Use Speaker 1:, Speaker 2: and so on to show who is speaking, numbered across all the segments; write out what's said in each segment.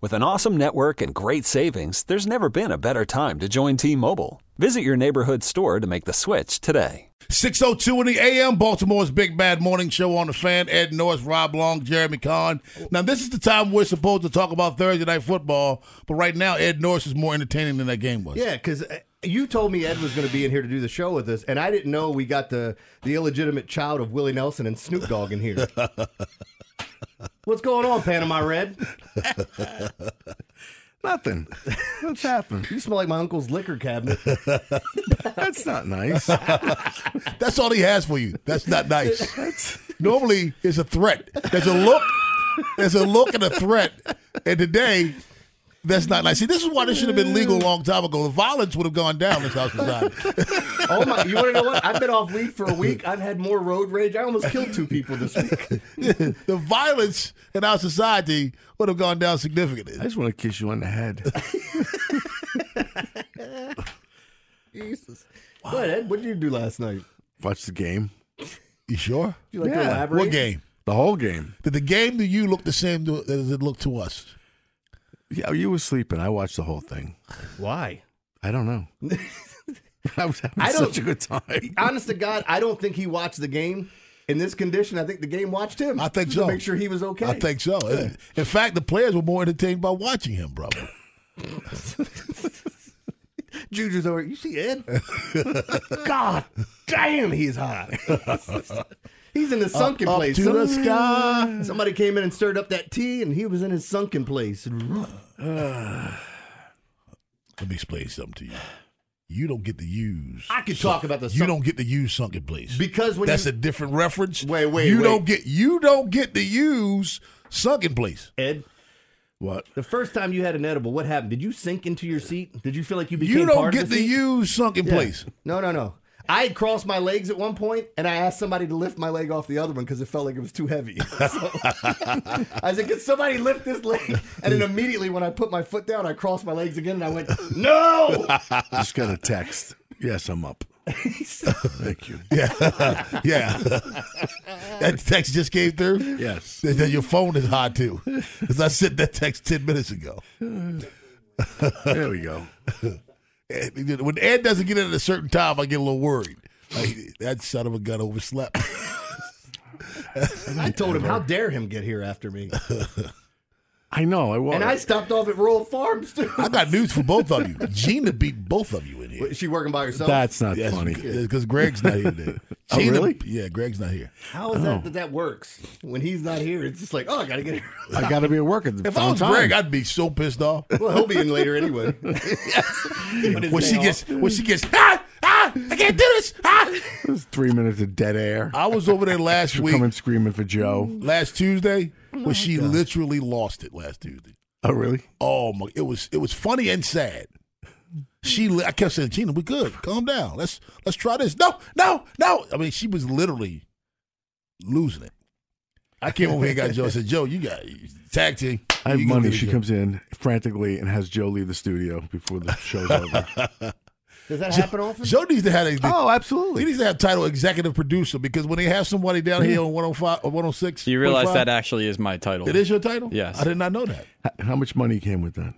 Speaker 1: With an awesome network and great savings, there's never been a better time to join T Mobile. Visit your neighborhood store to make the switch today.
Speaker 2: 602 in the AM, Baltimore's Big Bad Morning Show on the fan. Ed Norris, Rob Long, Jeremy Kahn. Now, this is the time we're supposed to talk about Thursday Night Football, but right now, Ed Norris is more entertaining than that game was.
Speaker 3: Yeah, because you told me Ed was going to be in here to do the show with us, and I didn't know we got the the illegitimate child of Willie Nelson and Snoop Dogg in here. What's going on, Panama Red?
Speaker 4: Nothing. What's happened?
Speaker 3: You smell like my uncle's liquor cabinet.
Speaker 4: That's not nice.
Speaker 2: That's all he has for you. That's not nice. Normally, it's a threat. There's a look, there's a look and a threat. And today, that's not nice. See, this is why this should have been legal a long time ago. The violence would have gone down in our society.
Speaker 3: Oh my! You want to know what? I've been off weed for a week. I've had more road rage. I almost killed two people this week.
Speaker 2: the violence in our society would have gone down significantly.
Speaker 4: I just want to kiss you on the head.
Speaker 3: Jesus. What Ed? What did you do last night?
Speaker 4: Watch the game.
Speaker 2: You sure?
Speaker 3: Would you like to
Speaker 4: Yeah.
Speaker 3: elaborate?
Speaker 2: What game?
Speaker 4: The whole game.
Speaker 2: Did the game to you look the same uh, to, as it looked to us?
Speaker 4: Yeah, you were sleeping. I watched the whole thing.
Speaker 3: Why?
Speaker 4: I don't know. I was having
Speaker 3: I don't-
Speaker 4: such a good time.
Speaker 3: Honest to God, I don't think he watched the game in this condition. I think the game watched him.
Speaker 2: I think
Speaker 3: Just to
Speaker 2: so.
Speaker 3: Make sure he was okay.
Speaker 2: I think so. In fact, the players were more entertained by watching him, brother.
Speaker 3: Juju's over. You see Ed? God damn, he's hot. he's in the sunken
Speaker 2: up
Speaker 3: place.
Speaker 2: to the sky.
Speaker 3: Somebody came in and stirred up that tea, and he was in his sunken place.
Speaker 2: Let me explain something to you. You don't get to use.
Speaker 3: I could talk about the
Speaker 2: You
Speaker 3: sun-
Speaker 2: don't get to use sunken place
Speaker 3: Because when
Speaker 2: that's
Speaker 3: you,
Speaker 2: a different reference.
Speaker 3: Wait, wait,
Speaker 2: You
Speaker 3: wait.
Speaker 2: don't get. You don't get to use sunken place.
Speaker 3: Ed,
Speaker 4: What?
Speaker 3: the first time you had an edible, what happened? Did you sink into your seat? Did you feel like you became
Speaker 2: You don't
Speaker 3: part
Speaker 2: get
Speaker 3: of the
Speaker 2: to
Speaker 3: seat?
Speaker 2: use sunken
Speaker 3: Yeah.
Speaker 2: place.
Speaker 3: No, no, no. I had crossed my legs at one point, and I asked somebody to lift my leg off the other one because it felt like it was too heavy. So, I said, "Can somebody lift this leg?" And then immediately, when I put my foot down, I crossed my legs again, and I went, "No!"
Speaker 4: Just got a text. Yes, I'm up. Thank you.
Speaker 2: Yeah, yeah. that text just came through.
Speaker 4: Yes.
Speaker 2: That- that Your phone is hot too, because I sent that text ten minutes ago.
Speaker 4: There we go.
Speaker 2: Ed- when Ed doesn't get in at a certain time, I get a little worried. Like, that son of a gun overslept.
Speaker 3: I told him, "How dare him get here after me?"
Speaker 4: I know. I was.
Speaker 3: And I stopped off at Rural Farms too.
Speaker 2: I got news for both of you. Gina beat both of you in here.
Speaker 3: Is she working by herself?
Speaker 4: That's not funny.
Speaker 2: Because uh, Greg's not here today.
Speaker 4: Oh, really? Oh.
Speaker 2: Yeah, Greg's not here.
Speaker 3: How is
Speaker 2: Oh.
Speaker 3: that that that works? When he's not here, it's just like, "Oh, I gotta get here."
Speaker 4: I got to be at work at the
Speaker 2: If I was
Speaker 4: time.
Speaker 2: Greg, I'd be so pissed off.
Speaker 3: Well, he'll be in later anyway.
Speaker 2: When she gets, when she gets, ah, ah, I can't do this. Ah.
Speaker 4: it was three minutes of dead air.
Speaker 2: I was over there last week,
Speaker 4: Coming screaming for Joe.
Speaker 2: last Tuesday,
Speaker 3: Oh
Speaker 2: when she literally lost it last Tuesday.
Speaker 4: Oh, really?
Speaker 2: Oh my! It was it was funny and sad. She, li- I kept saying, Gina, we good. Calm down. Let's let's try this. No, no, no. I mean, she was literally losing it. I came over here and got Joe. I said, Joe, you got tag team.
Speaker 4: I have
Speaker 2: You
Speaker 4: money.
Speaker 2: go
Speaker 4: She
Speaker 2: get
Speaker 4: comes in frantically and has Joe leave the studio before the show's over.
Speaker 3: Does that happen often?
Speaker 2: Joe needs to have a,
Speaker 4: oh,
Speaker 2: he
Speaker 4: absolutely.
Speaker 2: needs to have title executive producer because when they have somebody down here
Speaker 4: Mm-hmm.
Speaker 2: on 105 or 106,
Speaker 5: You realize
Speaker 2: 45,
Speaker 5: that actually is my title.
Speaker 2: oh it is your title?
Speaker 5: Yes.
Speaker 2: I did not know that.
Speaker 4: H- How much money came with that?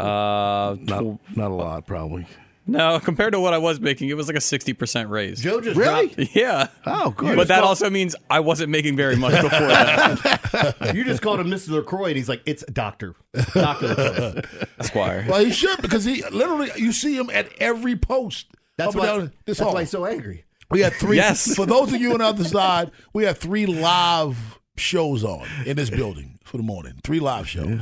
Speaker 5: Uh,
Speaker 4: Not, not a lot, probably.
Speaker 5: no, compared to what I was making, it was like a sixty percent raise.
Speaker 3: Joe just
Speaker 4: Really?
Speaker 3: dropped-
Speaker 5: yeah.
Speaker 4: Oh, good.
Speaker 5: But that also means I wasn't making very much before that,
Speaker 3: You just called him Mr. LaCroix, and he's like, it's Doctor. Doctor LaCroix.
Speaker 5: Squire.
Speaker 2: Well, he should because he literally, you see him at every post.
Speaker 3: That's,
Speaker 2: up and
Speaker 3: why,
Speaker 2: down this
Speaker 3: that's
Speaker 2: hall.
Speaker 3: why he's so angry.
Speaker 2: We had three.
Speaker 5: Yes.
Speaker 2: For those of you on the other side, we had three live shows on in this building for the morning. Three live shows,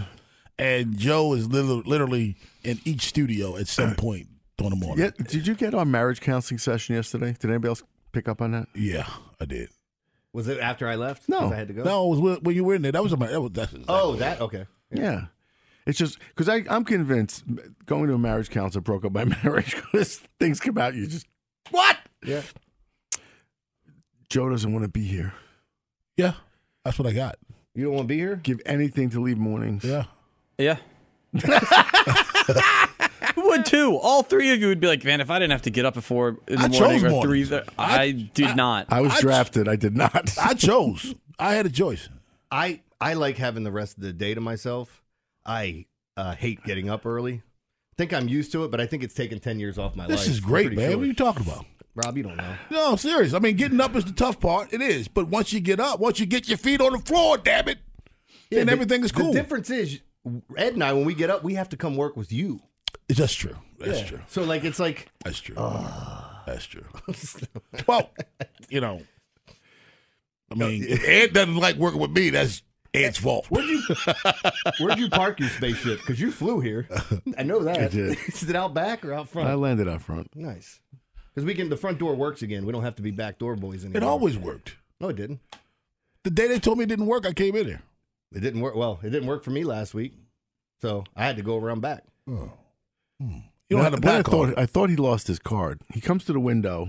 Speaker 2: and Joe is literally, literally in each studio at some point during the morning.
Speaker 4: Yeah, did you get our marriage counseling session yesterday? Did anybody else
Speaker 6: pick up on that?
Speaker 2: Yeah, I did.
Speaker 3: Was it after I left?
Speaker 6: No.
Speaker 3: 'Cause I had to go.
Speaker 2: No, it was when- when you were in there. That was my. That was, that's exactly
Speaker 3: Oh,
Speaker 2: what
Speaker 3: that okay.
Speaker 6: Yeah. It's just because I'm convinced going to a marriage counselor broke up my marriage because things come out. You just, what?
Speaker 3: Yeah.
Speaker 6: Joe doesn't want to be here.
Speaker 2: Yeah, that's what I got.
Speaker 3: You don't want to be here?
Speaker 6: Give anything to leave mornings.
Speaker 2: Yeah,
Speaker 5: Yeah. I would too. All three of you would be like, man, if I didn't have to get up at four in the
Speaker 2: I
Speaker 5: morning
Speaker 2: chose
Speaker 5: or
Speaker 2: mornings.
Speaker 5: three, th- I, did not.
Speaker 6: I was
Speaker 2: I-
Speaker 6: drafted. I did not.
Speaker 2: I chose. I had a choice.
Speaker 3: I I like having the rest of the day to myself. I uh, hate getting up early. I think I'm used to it, but I think it's taken ten years off my life.
Speaker 2: This is
Speaker 3: I'm
Speaker 2: great,
Speaker 3: pretty
Speaker 2: man.
Speaker 3: sure.
Speaker 2: What are you talking about?
Speaker 3: Rob, you don't know.
Speaker 2: No, I'm serious. I mean, getting up is the tough part. It is. But once you get up, once you get your feet on the floor, damn it, then
Speaker 3: but
Speaker 2: everything is cool.
Speaker 3: The difference is Ed and I, when we get up, we have to come work with you.
Speaker 2: It's That's true. That's true.
Speaker 3: So like it's like
Speaker 2: That's true.
Speaker 3: Ah.
Speaker 2: That's true. well, you know, I mean, if Ed doesn't like working with me. That's Ed's fault.
Speaker 3: where'd you park your spaceship? Because you flew here. I know that.
Speaker 6: I did.
Speaker 3: is it out back or out front?
Speaker 6: I landed out front.
Speaker 3: nice. Because we can the front door works again. We don't have to be back door boys anymore.
Speaker 2: It always worked.
Speaker 3: No, it didn't.
Speaker 2: The day they told me it didn't work, I came in here.
Speaker 3: It didn't work well, it didn't work for me last week. So I had to go around back.
Speaker 2: Oh. Hmm. You don't
Speaker 6: Now,
Speaker 2: have the
Speaker 6: then I
Speaker 2: black
Speaker 6: thought,
Speaker 2: card.
Speaker 6: I thought he lost his card. He comes to the window.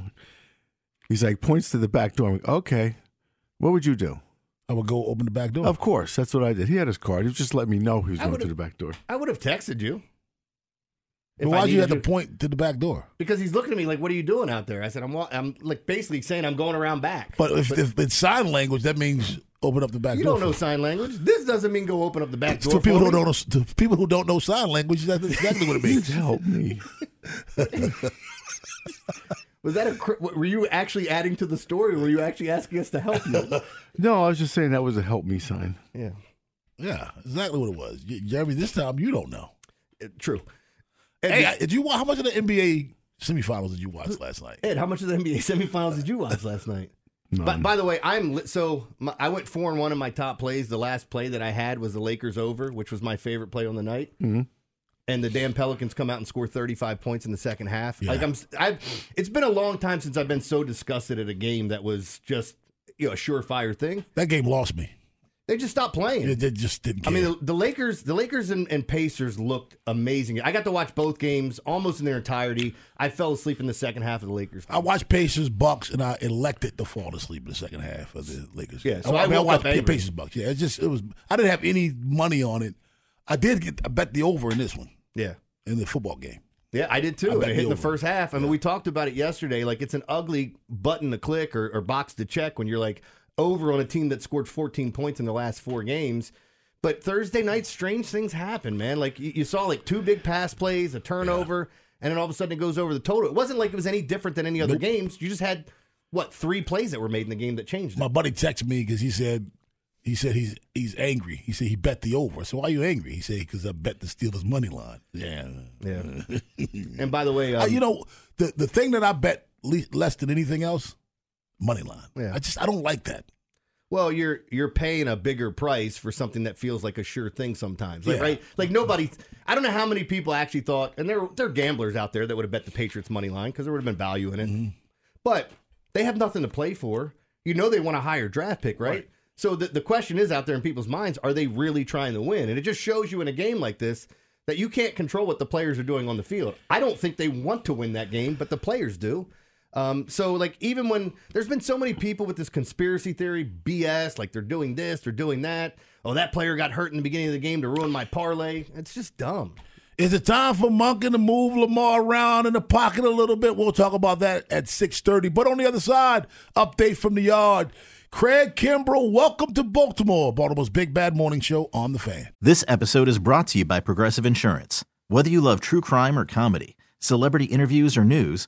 Speaker 6: He's like, points to the back door. I'm like, okay, what would you do?
Speaker 2: I would go open the back door.
Speaker 6: Of course, that's what I did. He had his card. He was just letting me know he was
Speaker 3: I
Speaker 6: going
Speaker 3: would've-
Speaker 6: to the back door.
Speaker 3: I would have texted you.
Speaker 2: But
Speaker 3: If I
Speaker 2: why do you have
Speaker 3: needed
Speaker 2: to point to the back door?
Speaker 3: Because he's looking at me like, "What are you doing out there?" I said, "I'm, wa- I'm like basically saying I'm going around back."
Speaker 2: But if, if it's sign language, that means open up the back
Speaker 3: you
Speaker 2: door.
Speaker 3: don't know
Speaker 2: for-
Speaker 3: sign language. This doesn't mean go open up the back door.
Speaker 2: To people who
Speaker 3: for me.
Speaker 2: don't know, to people who don't know sign language, that's exactly what it means.
Speaker 6: Help me.
Speaker 3: Was that a? cr- Were you actually adding to the story? Or were you actually asking us to help you?
Speaker 6: No, I was just saying that was a help me sign.
Speaker 3: yeah,
Speaker 2: Yeah, exactly what it was. Y- Jeremy, this time you don't know.
Speaker 3: Uh, true.
Speaker 2: Hey, I- did you watch how much of the NBA semifinals did you watch last night?
Speaker 3: Ed, how much of the NBA semifinals did you watch last night? By, by the way, I'm li- so my, I went four and one in my top plays. The last play that I had was the Lakers over, which was my favorite play on the night. And the damn Pelicans come out and score 35 points in the second half. Like I'm, s- I've, it's been a long time since I've been so disgusted at a game that was just you know a surefire thing.
Speaker 2: That game lost me.
Speaker 3: They just stopped playing.
Speaker 2: It, it just didn't.
Speaker 3: I
Speaker 2: Care.
Speaker 3: mean, the, the Lakers, the Lakers and, and Pacers looked amazing. I got to watch both games almost in their entirety. I fell asleep in the second half of the Lakers.
Speaker 2: I watched Pacers Bucks, and I elected to fall asleep in the second half of the Lakers.
Speaker 3: Yeah, so I
Speaker 2: mean,
Speaker 3: woke
Speaker 2: watched
Speaker 3: up angry.
Speaker 2: Pacers Bucks. Yeah, it just it was. I didn't have any money on it. I did get. I bet the over in this one
Speaker 3: yeah.
Speaker 2: in the football game.
Speaker 3: Yeah, I did too.
Speaker 2: bet
Speaker 3: And it hit
Speaker 2: you
Speaker 3: the
Speaker 2: were.
Speaker 3: first half. I mean, we talked about it yesterday. Like, it's an ugly button to click or, or box to check when you're like over on a team that scored 14 points in the last four games. But Thursday night, strange things happen, man. Like, you, you saw like two big pass plays, a turnover, and then all of a sudden it goes over the total. It wasn't like it was any different than any other games. You just had, what, three plays that were made in the game that changed it.
Speaker 2: My buddy texted me because he said he said he's he's angry. He said he bet the over. So why are you angry? He said because I bet the Steelers money line. Yeah.
Speaker 3: Yeah. and by the way, um,
Speaker 2: I- you know the the thing that I bet le- less than anything else, money line.
Speaker 3: Yeah.
Speaker 2: I just I don't like that.
Speaker 3: Well, you're you're paying a bigger price for something that feels like a sure thing sometimes, like,
Speaker 2: Yeah.
Speaker 3: right? Like nobody, I don't know how many people actually thought, and there there are gamblers out there that would have bet the Patriots money line because there would have been value in it,
Speaker 2: Mm-hmm.
Speaker 3: but they have nothing to play for. You know they want a higher draft pick, right? So the the question is out there in people's minds: Are they really trying to win? And it just shows you in a game like this that you can't control what the players are doing on the field. I don't think they want to win that game, but the players do. Um, so like even when there's been so many people with this conspiracy theory BS, like they're doing this, they're doing that. Oh, that player got hurt in the beginning of the game to ruin my parlay. It's just dumb.
Speaker 2: Is it time for Monken to move Lamar around in the pocket a little bit? We'll talk about that at 6.30. But on the other side, update from the yard. Craig Kimbrell, welcome to Baltimore, Baltimore's Big Bad Morning Show on The Fan.
Speaker 7: This episode is brought to you by Progressive Insurance. Whether you love true crime or comedy, celebrity interviews or news,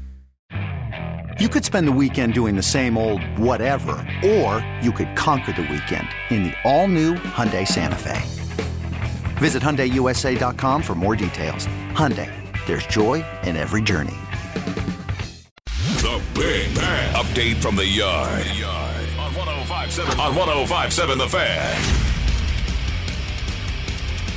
Speaker 8: You could spend the weekend doing the same old whatever, or you could conquer the weekend in the all-new Hyundai Santa Fe. Visit HyundaiUSA.com for more details. Hyundai, there's joy in every journey.
Speaker 9: The Big Bang. Update from the yard. On 1057. On 1057, The Fan.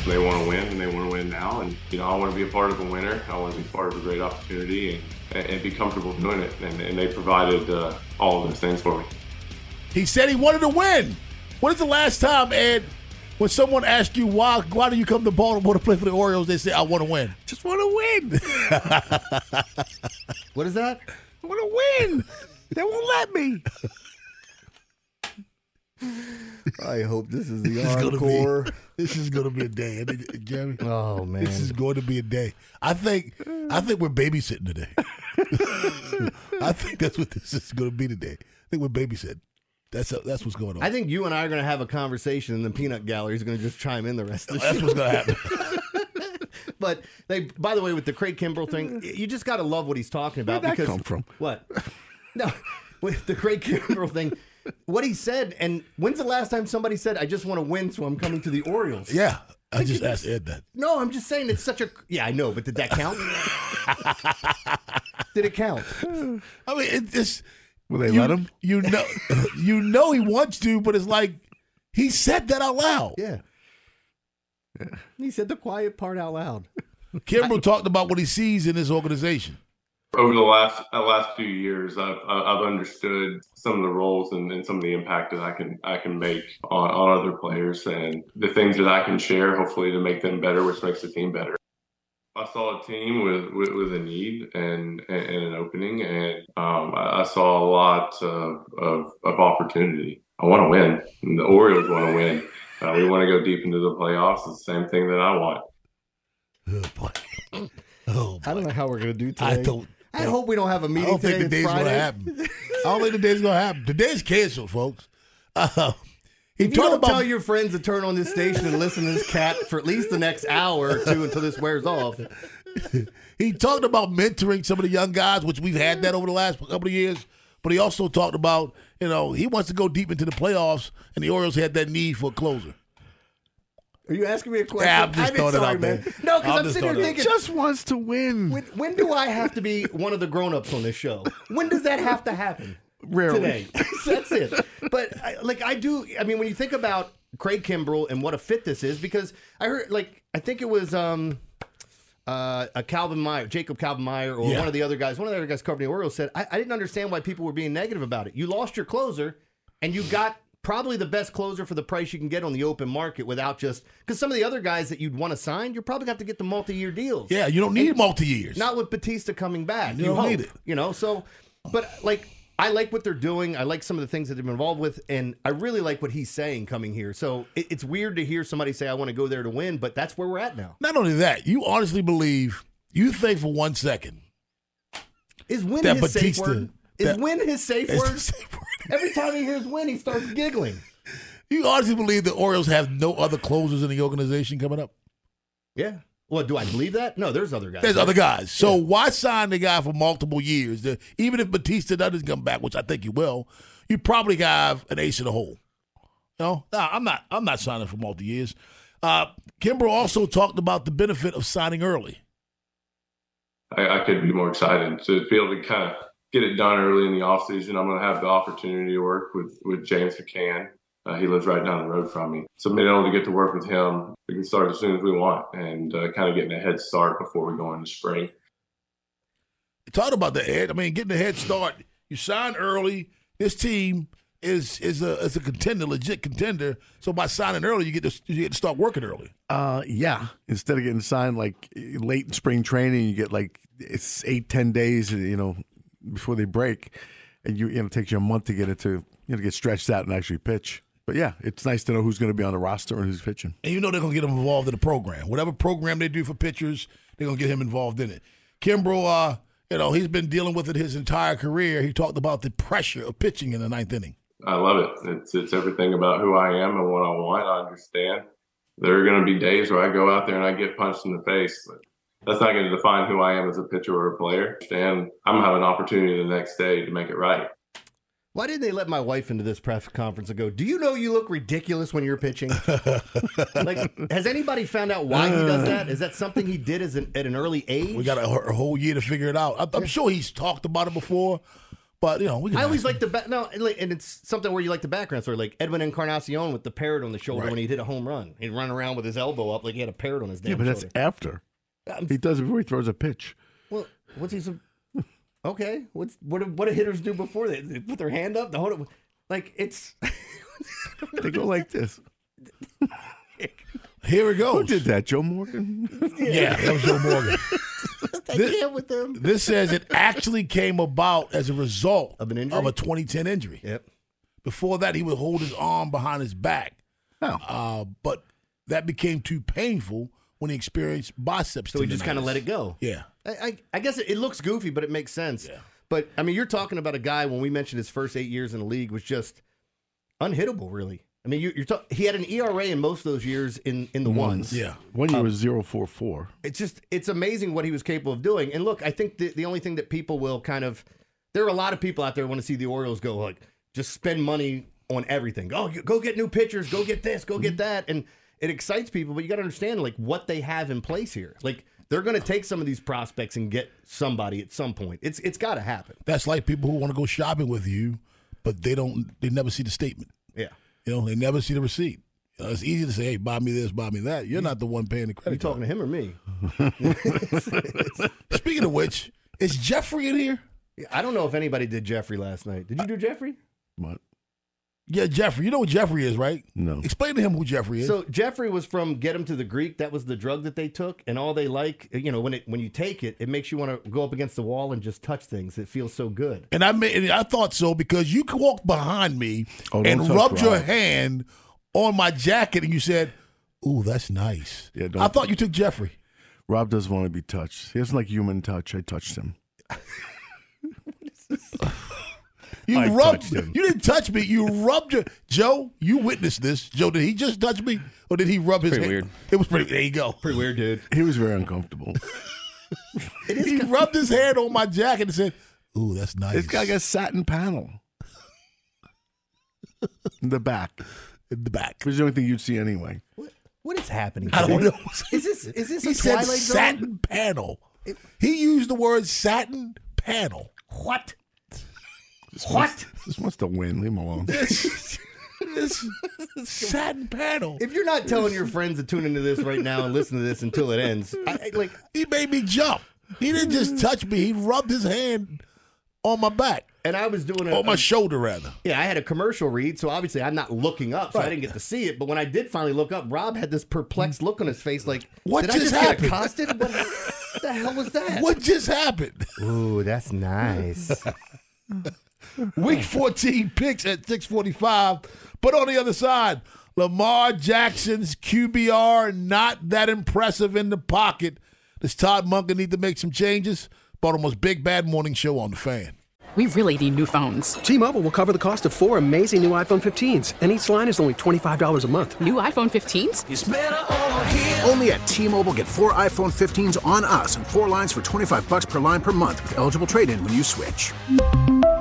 Speaker 10: They want to win, and they want to win now. And you know, I want to be a part of a winner. I want to be part of a great opportunity, and, and be comfortable doing it. And, and they provided uh, all of those things for me.
Speaker 2: He said he wanted to win. When is the last time, Ed, when someone asked you why why do you come to Baltimore to play for the Orioles? They say I want to win.
Speaker 4: Just want to win.
Speaker 3: What is that?
Speaker 4: I want to win. They won't let me.
Speaker 3: I hope this is the
Speaker 2: This is gonna be-
Speaker 3: encore.
Speaker 2: This is going to be a day, Isn't it, Jeremy.
Speaker 3: Oh man,
Speaker 2: This is going to be a day. I think. I think we're babysitting today. I think that's what this is going to be today. I think we're babysitting. That's that's what's going on.
Speaker 3: I think you and I are going to have a conversation, and the peanut gallery is going to just chime in the rest of the
Speaker 2: that's
Speaker 3: show.
Speaker 2: what's going to happen.
Speaker 3: But they, by the way, with the Craig Kimbrell thing, you just got to love what he's talking about.
Speaker 6: Mm. Where'd that
Speaker 3: because
Speaker 6: come from?
Speaker 3: What? No, with the Craig Kimbrell thing, what he said, and when's the last time somebody said, "I just want to win, so I'm coming to the Orioles"?
Speaker 2: Yeah, I just asked Ed that.
Speaker 3: No, I'm just saying it's such a. Yeah, I know, but did that count? did it count?
Speaker 2: I mean, it, it's
Speaker 6: Will they
Speaker 2: you,
Speaker 6: let him?
Speaker 2: You know, you know he wants to, but it's like he said that out loud.
Speaker 3: Yeah. He said the quiet part out loud.
Speaker 2: Kimbrell talked about what he sees in his organization.
Speaker 10: Over the last uh, last few years, I've I- I've understood some of the roles and, and some of the impact that I can I can make on, on other players and the things that I can share, hopefully to make them better, which makes the team better. I saw a team with, with, with a need and, and and an opening, and um, I, I saw a lot of, of, of opportunity. I want to win. And the Orioles want to win. Uh, we want to go deep into the playoffs. It's the same thing that I want.
Speaker 2: Oh boy. Oh,
Speaker 3: I don't know how we're gonna do today.
Speaker 2: I don't.
Speaker 3: I hope we don't have a
Speaker 2: I
Speaker 3: meeting.
Speaker 2: don't
Speaker 3: today.
Speaker 2: think the
Speaker 3: It's
Speaker 2: day's going to
Speaker 3: Friday.
Speaker 2: happen. I don't think the day's going to happen. The day's canceled, folks. Uh, he
Speaker 3: If you
Speaker 2: talked
Speaker 3: don't
Speaker 2: about
Speaker 3: tell your friends to turn on this station and listen to this cat for at least the next hour or two until this wears off.
Speaker 2: he talked about mentoring some of the young guys, which we've had that over the last couple of years. But he also talked about you know he wants to go deep into the playoffs, and the Orioles had that need for a closer.
Speaker 3: Are you asking me a question?
Speaker 2: Yeah, I'm just
Speaker 3: been
Speaker 2: throwing it
Speaker 3: sorry,
Speaker 2: out
Speaker 3: man.
Speaker 2: there.
Speaker 3: No, because
Speaker 2: I'm
Speaker 3: I'm,
Speaker 2: just
Speaker 3: sitting here
Speaker 2: throwing it out.
Speaker 3: thinking,
Speaker 6: Just wants to win.
Speaker 3: when, when do I have to be one of the grown-ups on this show? When does that have to happen?
Speaker 6: Rarely.
Speaker 3: Today. That's it. But I, like I do, I mean, when you think about Craig Kimbrell and what a fit this is, because I heard like I think it was um uh, a Calvin Meyer, Jacob Calvin Meyer, or
Speaker 2: Yeah.
Speaker 3: one of the other guys, one of the other guys covering the Orioles said, I, I didn't understand why people were being negative about it. You lost your closer, and you got probably the best closer for the price you can get on the open market without just because some of the other guys that you'd want to sign, you're probably going to have to get the multi-year deals.
Speaker 2: Yeah, you don't need multi years.
Speaker 3: Not with Batista coming back.
Speaker 2: You
Speaker 3: You,
Speaker 2: don't
Speaker 3: hope,
Speaker 2: need it.
Speaker 3: You know, so but like I like what they're doing. I like some of the things that they've been involved with, and I really like what he's saying coming here. So it, it's weird to hear somebody say, "I want to go there to win," but that's where we're at now.
Speaker 2: Not only that, you honestly believe you think for one second
Speaker 3: Is win
Speaker 2: That
Speaker 3: his
Speaker 2: Batista-
Speaker 3: safe word? Is
Speaker 2: that-
Speaker 3: win his safe
Speaker 2: It's
Speaker 3: word?
Speaker 2: the same word.
Speaker 3: Every time he hears win, he starts giggling.
Speaker 2: You honestly believe the Orioles have no other closers in the organization coming up?
Speaker 3: Yeah. Well, do I believe that? No, there's other guys.
Speaker 2: There's other guys. So why sign the guy for multiple years? The- even if Batista doesn't come back, which I think he will, you probably have an ace in the hole. No, nah, I'm not. I'm not signing for multi years. Uh, Kimbrell also talked about the benefit of signing early.
Speaker 10: I, I couldn't be more excited to be able to kind of get it done early in the offseason. I'm going to have the opportunity to work with, with James McCann. Uh, he lives right down the road from me. So being able to get to work with him, we can start as soon as we want and uh, kind of getting a head start before we go into spring.
Speaker 2: Talk about the head. I mean, getting a head start. You sign early. This team is is a is a contender, legit contender. So by signing early, you get to you get to start working early.
Speaker 6: Uh, yeah. Instead of getting signed like late in spring training, you get like it's eight ten days, you know, before they break, and you, you know, it takes you a month to get it to you know get stretched out and actually pitch. But yeah, it's nice to know who's going to be on the roster and who's pitching.
Speaker 2: And you know they're going to get him involved in the program. Whatever program they do for pitchers, they're going to get him involved in it. Kimbrell, uh, you know, he's been dealing with it his entire career. He talked about the pressure of pitching in the ninth inning.
Speaker 10: I love it. It's it's everything about who I am and what I want. I understand. There are going to be days where I go out there and I get punched in the face, but that's not going to define who I am as a pitcher or a player. And I'm gonna have an opportunity the next day to make it right.
Speaker 3: Why didn't they let my wife into this press conference and go, Do you know you look ridiculous when you're pitching? like, has anybody found out why he does that? Is that something he did as an, at an early age?
Speaker 2: We got a, a whole year to figure it out. I'm, I'm sure he's talked about it before, but you know, we can
Speaker 3: I
Speaker 2: ask
Speaker 3: always
Speaker 2: him.
Speaker 3: like the back. No, and, like- and it's something where you like the background story, like Edwin Encarnacion with the parrot on the shoulder
Speaker 6: Right.
Speaker 3: when he hit a home run. He'd run around with his elbow up like he had a parrot on his damn
Speaker 6: yeah, but that's
Speaker 3: shoulder.
Speaker 6: after
Speaker 2: Um,
Speaker 6: he does it before he throws a pitch.
Speaker 3: Well, what's he? sup- Okay, what's what? do- What do hitters do before they, they put their hand up? They hold it. Like it's
Speaker 6: They go like this.
Speaker 2: Here it goes.
Speaker 6: Who did that? Joe Morgan.
Speaker 2: Yeah, that was Joe Morgan.
Speaker 3: I can't with them.
Speaker 2: This says it actually came about as a result of an
Speaker 3: injury
Speaker 2: of a 2010 injury.
Speaker 3: Yep.
Speaker 2: Before that, he would hold his arm behind his back.
Speaker 6: Oh.
Speaker 2: Uh, but that became too painful when he experienced biceps.
Speaker 3: So he just kind of
Speaker 2: tendonitis.
Speaker 3: let it go.
Speaker 2: Yeah.
Speaker 3: I, I, I guess it, it looks goofy, but it makes sense. But I mean, you're talking about a guy when we mentioned his first eight years in the league was just unhittable, really. I mean, you, you're talk, he had an ERA in most of those years in in the
Speaker 6: Mm-hmm.
Speaker 3: ones. Um,
Speaker 6: One
Speaker 2: Um,
Speaker 6: year was zero four four.
Speaker 3: it's just it's amazing what he was capable of doing. And look, I think the, the only thing that people will kind of there are a lot of people out there who want to see the Orioles go like just spend money on everything. Oh, you, go get new pitchers, go get this, go
Speaker 2: Mm-hmm.
Speaker 3: get that, and it excites people. But you got to understand like what they have in place here. Like they're going to take some of these prospects and get somebody at some point. It's it's got to happen.
Speaker 2: That's like people who want to go shopping with you, but they don't. They never see the statement.
Speaker 3: Yeah.
Speaker 2: You know, they never see the receipt. You know, it's easy to say, "Hey, buy me this, buy me that." You're not the one paying the credit. You
Speaker 3: talking to him or me?
Speaker 2: Speaking of which, is Jeffrey in here?
Speaker 3: Yeah, I don't know if anybody did Jeffrey last night. Did you do Jeffrey?
Speaker 6: What?
Speaker 2: Yeah, Jeffrey. You know who Jeffrey is, right?
Speaker 6: No.
Speaker 2: Explain to him who Jeffrey is.
Speaker 3: So Jeffrey was from Get Him to the Greek. That was the drug that they took, and all they like, you know, when it when you take it, it makes you want to go up against the wall and just touch things. It feels so good.
Speaker 2: And I made, and I thought so because you walked behind me
Speaker 6: Oh, don't
Speaker 2: and
Speaker 6: touch
Speaker 2: rubbed your
Speaker 6: Rob.
Speaker 2: hand on my jacket, and you said, "Ooh, that's nice."
Speaker 6: Yeah, don't-
Speaker 2: I thought you took Jeffrey.
Speaker 6: Rob doesn't want to be touched. He doesn't like human touch. I touched him.
Speaker 2: You
Speaker 6: I
Speaker 2: rubbed.
Speaker 6: touched him.
Speaker 2: You didn't touch me. You rubbed your Joe. You witnessed this. Joe, did he just touch me, or did he rub his?
Speaker 6: Pretty
Speaker 2: hand?
Speaker 6: weird.
Speaker 2: It was pretty. There you go.
Speaker 3: Pretty weird, dude.
Speaker 6: He was very uncomfortable.
Speaker 2: he rubbed his hand on my jacket and said, "Ooh, that's nice."
Speaker 6: It's got like a satin panel. In the back.
Speaker 2: In the back.
Speaker 6: Which is the only thing you'd see anyway.
Speaker 3: What is happening?
Speaker 2: I don't
Speaker 3: today?
Speaker 2: know.
Speaker 3: Is this is this
Speaker 2: he
Speaker 3: a
Speaker 2: said
Speaker 3: Twilight Zone?
Speaker 2: satin panel. he used the word satin panel.
Speaker 3: What?
Speaker 6: Just
Speaker 2: What?
Speaker 6: Wants, just wants to win. Leave him alone.
Speaker 2: This satin panel.
Speaker 3: If you're not telling your friends to tune into this right now and listen to this until it ends, I, I- like
Speaker 2: He made me jump. He didn't just touch me. He rubbed his hand on my back,
Speaker 3: and I was doing a,
Speaker 2: on my shoulder rather.
Speaker 3: yeah, I had a commercial read, so obviously I'm not looking up, so I
Speaker 2: Right.
Speaker 3: didn't get to see it. But when I did finally look up, Rob had this perplexed look on his face, like,
Speaker 2: What
Speaker 3: did
Speaker 2: just
Speaker 3: I
Speaker 2: happened?
Speaker 3: just get accosted? What the hell was that?
Speaker 2: What just happened?
Speaker 3: Ooh, that's nice.
Speaker 2: Week 14 picks at 645. But on the other side, Lamar Jackson's QBR not that impressive in the pocket. Does Todd Munkin need to make some changes? Baltimore's Big Bad Morning Show on the fan.
Speaker 11: We really need new phones.
Speaker 12: T-Mobile will cover the cost of four amazing new iPhone 15s, and each line is only $25 a month.
Speaker 11: New iPhone 15s?
Speaker 13: Only at T-Mobile, get four iPhone 15s on us and four lines for 25 bucks per line per month with eligible trade-in when you switch.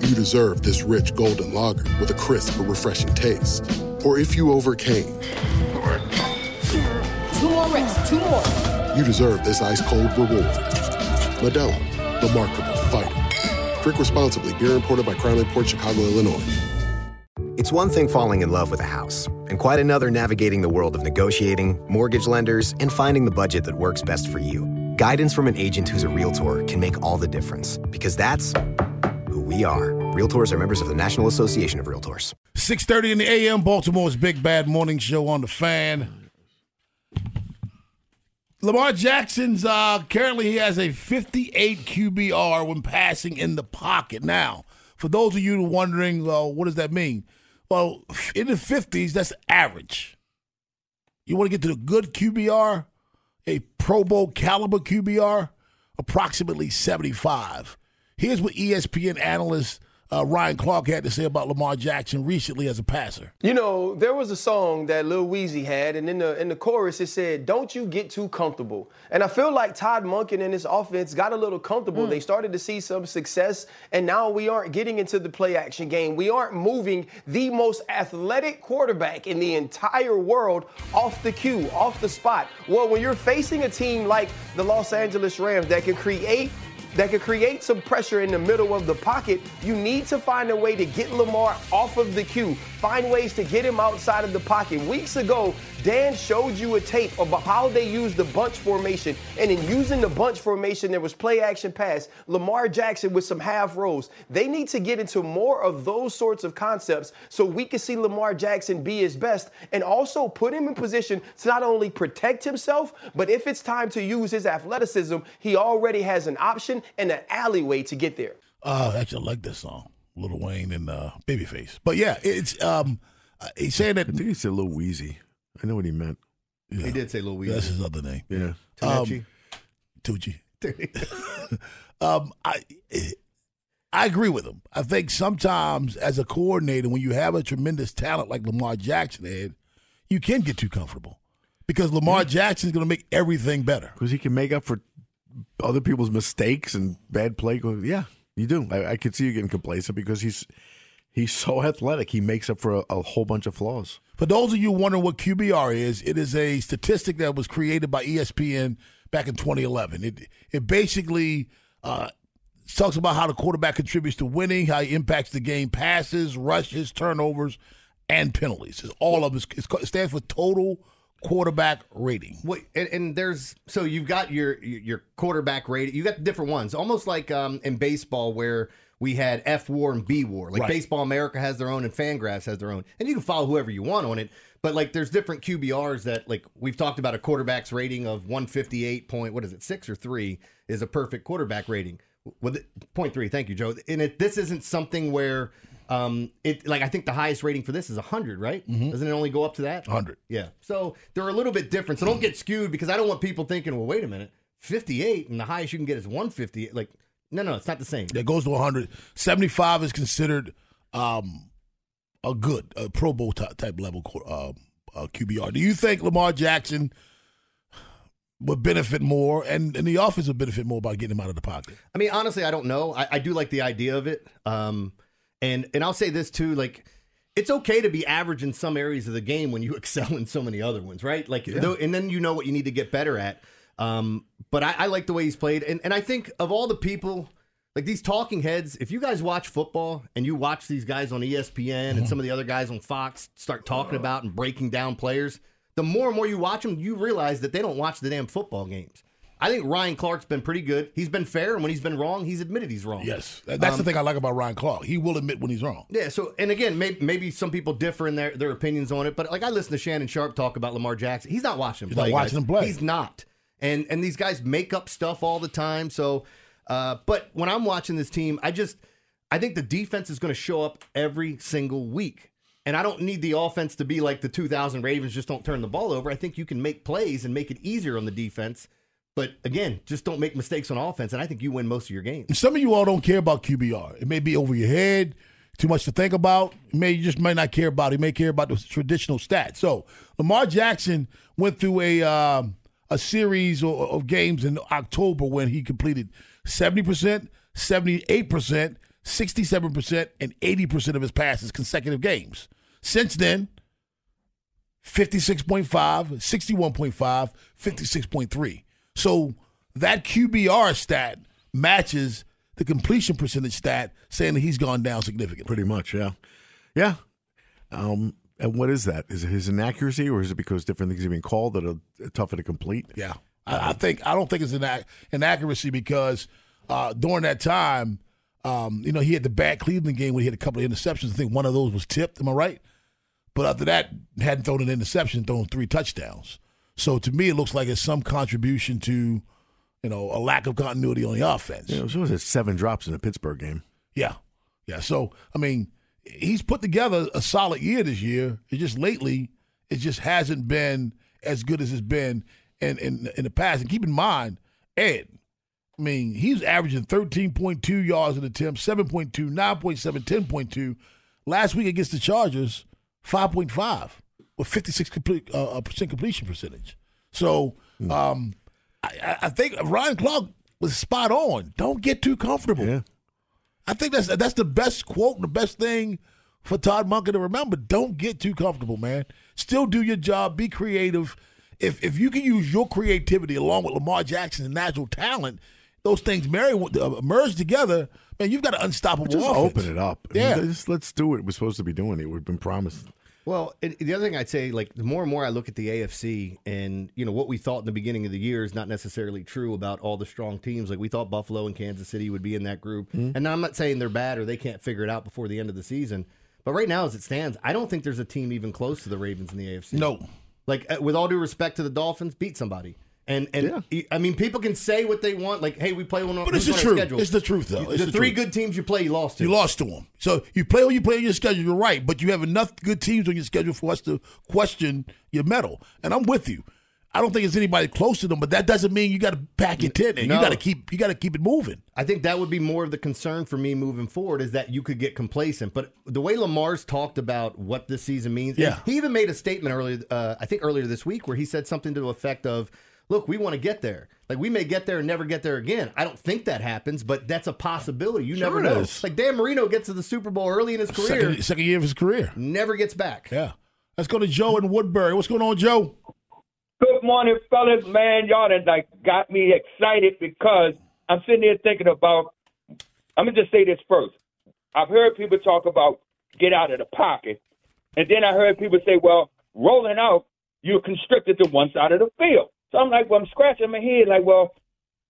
Speaker 14: you deserve this rich golden lager with a crisp but refreshing taste. Or if you overcame,
Speaker 15: Two more reps, two more.
Speaker 14: you deserve this ice cold reward. Medella, the mark of a fighter. Drink responsibly. Beer imported by Crown Port Chicago, Illinois.
Speaker 15: It's one thing falling in love with a house, and quite another navigating the world of negotiating, mortgage lenders, and finding the budget that works best for you. Guidance from an agent who's a realtor can make all the difference, because that's who we are. Realtors are members of the National Association of Realtors.
Speaker 2: 6.30 in the a.m. Baltimore's Big Bad Morning Show on the fan. Lamar Jackson's, uh, currently he has a 58 QBR when passing in the pocket. Now, for those of you wondering, well, what does that mean? Well, in the 50s, that's average. You want to get to the good QBR, a Pro Bowl caliber QBR, approximately 75. Here's what E ESPN analyst uh, Ryan Clark had to say about Lamar Jackson recently as a passer.
Speaker 16: You know, there was a song that Lil Weezy had, and in the in the chorus it said, "Don't you get too comfortable." And I feel like Todd Munkin and his offense got a little
Speaker 3: Mm.
Speaker 16: comfortable. They started to see some success, and now we aren't getting into the play action game. We aren't moving the most athletic quarterback in the entire world off the cue, off the spot. Well, when you're facing a team like the Los Angeles Rams that can create that could create some pressure in the middle of the pocket, you need to find a way to get Lamar off of the cue. Find ways to get him outside of the pocket. Weeks ago, Dan showed you a tape about how they use the bunch formation. And in using the bunch formation, there was play action pass, Lamar Jackson with some half rolls. They need to get into more of those sorts of concepts so we can see Lamar Jackson be his best and also put him in position to not only protect himself, but if it's time to use his athleticism, he already has an option and an alleyway to get there.
Speaker 2: Uh, actually, I like this song, Little Wayne and uh, Babyface. But yeah, it's um, uh, he's saying that. I think he said Lil Weezy. I know what he meant.
Speaker 3: He did say Lil Weezy.
Speaker 2: That's his other name.
Speaker 6: Yeah. Um,
Speaker 3: Tenacci.
Speaker 2: Tucci. um, I I agree with him. I think sometimes as a coordinator, when you have a tremendous talent like Lamar Jackson, Ed, you can get too comfortable because Lamar Jackson's going to make everything better.
Speaker 6: Because he can make up for other people's mistakes and bad play. Yeah, you do. I, I could see you getting complacent because he's he's so athletic. He makes up for a, a whole bunch of flaws.
Speaker 2: For those of you wondering what QBR is, it is a statistic that was created by E ESPN back in 2011. It it basically uh, talks about how the quarterback contributes to winning, how he impacts the game, passes, rushes, turnovers, and penalties. It's all of it. It's ca- It stands for total quarterback rating.
Speaker 3: Wait, and, and there's so you've got your your quarterback rating. You got the different ones, almost like um, in baseball where we had F war and B war. Like
Speaker 2: Right.
Speaker 3: Baseball America has their own, and Fangraphs has their own, and you can follow whoever you want on it. But like, there's different QBRs that like we've talked about a quarterback's rating of 158 point. What is it, six or three? Is a perfect quarterback rating. With point three, thank you, Joe. And it, this isn't something where um it like I think the highest rating for this is 100, right? Doesn't it only go up to that?
Speaker 2: 100.
Speaker 3: Yeah. So they're a little bit different. So don't get skewed because I don't want people thinking, well, wait a minute, 58 and the highest you can get is 158. Like, no, no, it's not the same.
Speaker 2: that goes to 100. 75 is considered um, a good, a Pro Bowl type, type level qu- um uh, QBR. Do you think Lamar Jackson would benefit more, and, and the offense would benefit more by getting him out of the pocket?
Speaker 3: I mean, honestly, I don't know. I, I do like the idea of it. Um, and and I'll say this too, like it's okay to be average in some areas of the game when you excel in so many other ones, right? Like, though, and then you know what you need to get better at. Um, but I, I like the way he's played, and and I think of all the people, like these talking heads. If you guys watch football and you watch these guys on E ESPN and some of the other guys on Fox start talking about and breaking down players, the more and more you watch them, you realize that they don't watch the damn football games. I think Ryan Clark's been pretty good. He's been fair, and when he's been wrong, he's admitted he's wrong.
Speaker 2: Yes. That- That's the
Speaker 3: Um,
Speaker 2: thing I like about Ryan Clark. He will admit when he's wrong.
Speaker 3: yeah. So, and again, maybe, maybe some people differ in their, their opinions on it, but like I listen to Shannon Sharp talk about Lamar Jackson. He's not watching him
Speaker 2: He's not
Speaker 3: play.
Speaker 2: watching
Speaker 3: guys.
Speaker 2: him play.
Speaker 3: He's not. And and these guys make up stuff all the time. So, uh, but when I'm watching this team, I just I think the defense is going to show up every single week. And I don't need the offense to be like the 2000 Ravens, just don't turn the ball over. I think you can make plays and make it easier on the defense. But again, just don't make mistakes on offense. And I think you win most of your games.
Speaker 2: And Some of you all don't care about QBR. It may be over your head, too much to think about. You may you just may not care about. It. You may care about the traditional stats. So Lamar Jackson went through a um, a series o- of, games in October when he completed seventy percent, seventy eight percent, sixty seven percent, and eighty percent of his passes consecutive games. Since then, 56.5, 61.5, 56.3. So that QBR stat matches the completion percentage stat, saying that he's gone down significantly.
Speaker 6: Pretty much, yeah. Yeah. Um, and what is that? Is it his inaccuracy, or is it because different things are being called that are tougher to complete?
Speaker 2: Yeah, I, I think I don't think it's an ac- inaccuracy because uh, during that time, um, you know, he had the bad Cleveland game when he had a couple of interceptions. I think one of those was tipped. Am I right? But after that, hadn't thrown an interception, thrown three touchdowns. So to me, it looks like it's some contribution to, you know, a lack of continuity on the offense.
Speaker 6: Yeah, so was it seven drops in the Pittsburgh game?
Speaker 2: Yeah, yeah. So I mean, he's put together a solid year this year. It just lately, it just hasn't been as good as it's been in in, in the past. And keep in mind, Ed. I mean, he's averaging 13.2 yards an attempt, 7.2, 9.7, 10.2. Last week against the Chargers, 5.5 with 56 complete, uh, percent completion percentage. So um, I- I, I think Ryan Clark was spot on. Don't get too comfortable. I think that's that's the best quote, and the best thing for Todd Munkin to remember. Don't get too comfortable, man. Still do your job. Be creative. If if you can use your creativity along with Lamar Jackson's natural talent, those things marry uh, merge together. Man, you've got an unstoppable.
Speaker 6: Just
Speaker 2: offense.
Speaker 6: open it up.
Speaker 2: Yeah.
Speaker 6: Just let's do what we're supposed to be doing. It we've been promised.
Speaker 3: Well, and the other thing I'd say, like the more and more I look at the AFC, and you know what we thought in the beginning of the year is not necessarily true about all the strong teams. Like we thought Buffalo and Kansas City would be in that group,
Speaker 2: Mm-hmm.
Speaker 3: and I'm not saying they're bad or they can't figure it out before the end of the season. But right now, as it stands, I don't think there's a team even close to the Ravens in the AFC.
Speaker 2: No,
Speaker 3: like uh, with all due respect to the Dolphins, beat somebody. And and I mean, people can say what they want. Like, hey, we play one on.
Speaker 2: But it's
Speaker 3: who's
Speaker 2: the
Speaker 3: on our
Speaker 2: truth.
Speaker 3: schedule.
Speaker 2: It's the truth, though. It's
Speaker 3: the,
Speaker 2: the
Speaker 3: three
Speaker 2: truth.
Speaker 3: good teams you play, you lost to.
Speaker 2: You lost to them. So you play when you play on your schedule. You're right, but you have enough good teams on your schedule for us to question your medal. And I'm with you. I don't think it's anybody close to them, but that doesn't mean you got to pack your tin in.
Speaker 3: No.
Speaker 2: You got to keep. You got to keep it moving.
Speaker 3: I think that would be more of the concern for me moving forward is that you could get complacent. But the way Lamar's talked about what this season means,
Speaker 2: Yeah.
Speaker 3: he even made a statement earlier, uh, I think earlier this week, where he said something to the effect of, "Look, we want to get there. Like we may get there and never get there again. I don't think that happens, but that's a possibility. You
Speaker 2: Sure
Speaker 3: never
Speaker 2: it
Speaker 3: know.
Speaker 2: is.
Speaker 3: Like Dan Marino gets to the Super Bowl early in his career,
Speaker 2: Second, second year of his career.
Speaker 3: never gets back.
Speaker 2: Yeah. Let's go to Joe in Woodbury. What's going on, Joe?
Speaker 17: Good morning, fellas. Man, y'all done like got me excited because I'm sitting here thinking about. I'm gonna just say this first. I've heard people talk about get out of the pocket, and then I heard people say, "Well, rolling out, you're constricted to one side of the field." So I'm like, "Well, I'm scratching my head, like, well,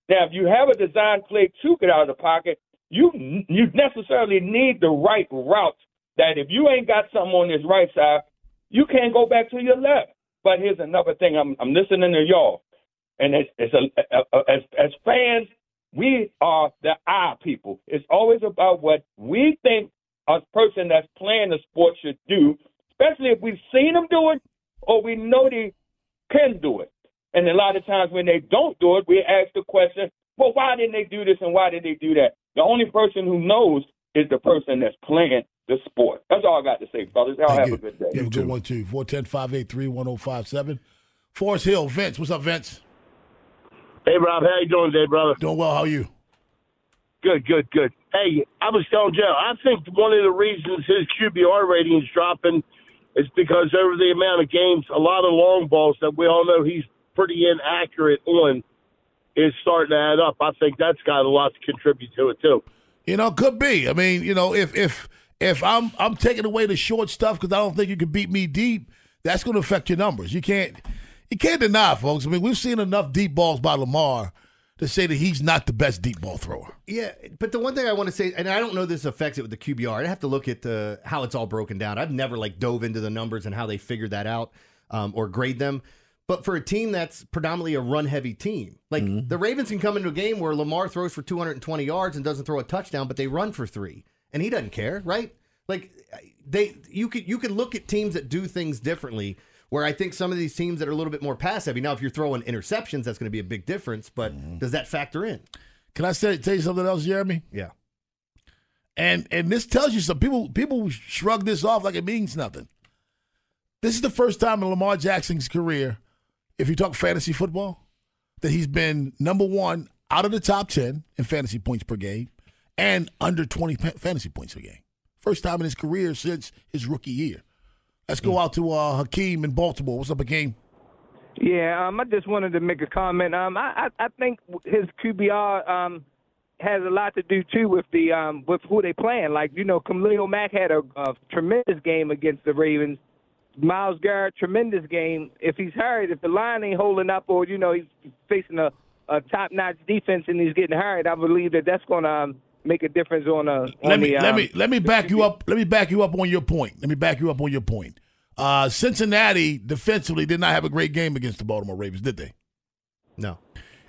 Speaker 17: now if you have a design play to get out of the pocket, you you necessarily need the right route. That if you ain't got something on this right side, you can't go back to your left." But here's another thing. I'm I'm listening to y'all, and it's, it's a, a, a- as as fans, we are the I people. It's always about what we think a person that's playing the sport should do, especially if we've seen them do it or we know they can do it. And a lot of times when they don't do it, we ask the question, well, why didn't they do this and why did they do that? The only person who knows is the person that's playing the sport. That's all I got to say, fellas. Y'all have a good day.
Speaker 2: You have a good one too. 410-583-1057. Forest Hill, Vince. What's up, Vince?
Speaker 18: Hey, Rob. How you doing today, brother?
Speaker 2: Doing well. How are you?
Speaker 18: Good, good, good. Hey, I was telling Joe, I think one of the reasons his QBR rating is dropping is because over the amount of games, a lot of long balls that we all know he's pretty inaccurate on is starting to add up. I think that's got a lot to contribute to it, too.
Speaker 2: You know, could be. I mean, you know, if if if I'm I'm taking away the short stuff because I don't think you can beat me deep, that's going to affect your numbers. You can't you can't deny, folks. I mean, we've seen enough deep balls by Lamar to say that he's not the best deep ball thrower.
Speaker 3: Yeah, but the one thing I want to say, and I don't know this affects it with the QBR. I'd have to look at the how it's all broken down. I've never like dove into the numbers and how they figured that out um, or grade them. But for a team that's predominantly a run heavy team, like the Ravens can come into a game where Lamar throws for 220 yards and doesn't throw a touchdown, but they run for three, and he doesn't care, right? Like they, you could you could look at teams that do things differently. Where I think some of these teams that are a little bit more pass heavy. Now, if you're throwing interceptions, that's going to be a big difference. But does that factor in?
Speaker 2: Can I say, tell you something else, Jeremy?
Speaker 3: Yeah.
Speaker 2: And and this tells you some people people shrug this off like it means nothing. This is the first time in Lamar Jackson's career, if you talk fantasy football, that he's been number one out of the top ten in fantasy points per game, and under twenty pa- fantasy points per game. First time in his career since his rookie year. Let's go out to uh, Hakeem in Baltimore. What's up, Hakeem?
Speaker 19: Yeah, um, I just wanted to make a comment. Um, I, I, I think his QBR um,
Speaker 5: has a lot to do too with the um with who they playing. Like you know, Khalil Mack had a, a tremendous game against the Ravens. Miles Garrett, tremendous game. If he's hurt, if the line ain't holding up, or you know he's facing a, a top-notch defense and he's getting hurt, I believe that that's going to um, make a difference on a. On
Speaker 2: let me
Speaker 5: the,
Speaker 2: let
Speaker 5: um,
Speaker 2: me let me back you up. Let me back you up on your point. Let me back you up on your point. Uh, Cincinnati defensively did not have a great game against the Baltimore Ravens, did they?
Speaker 3: No.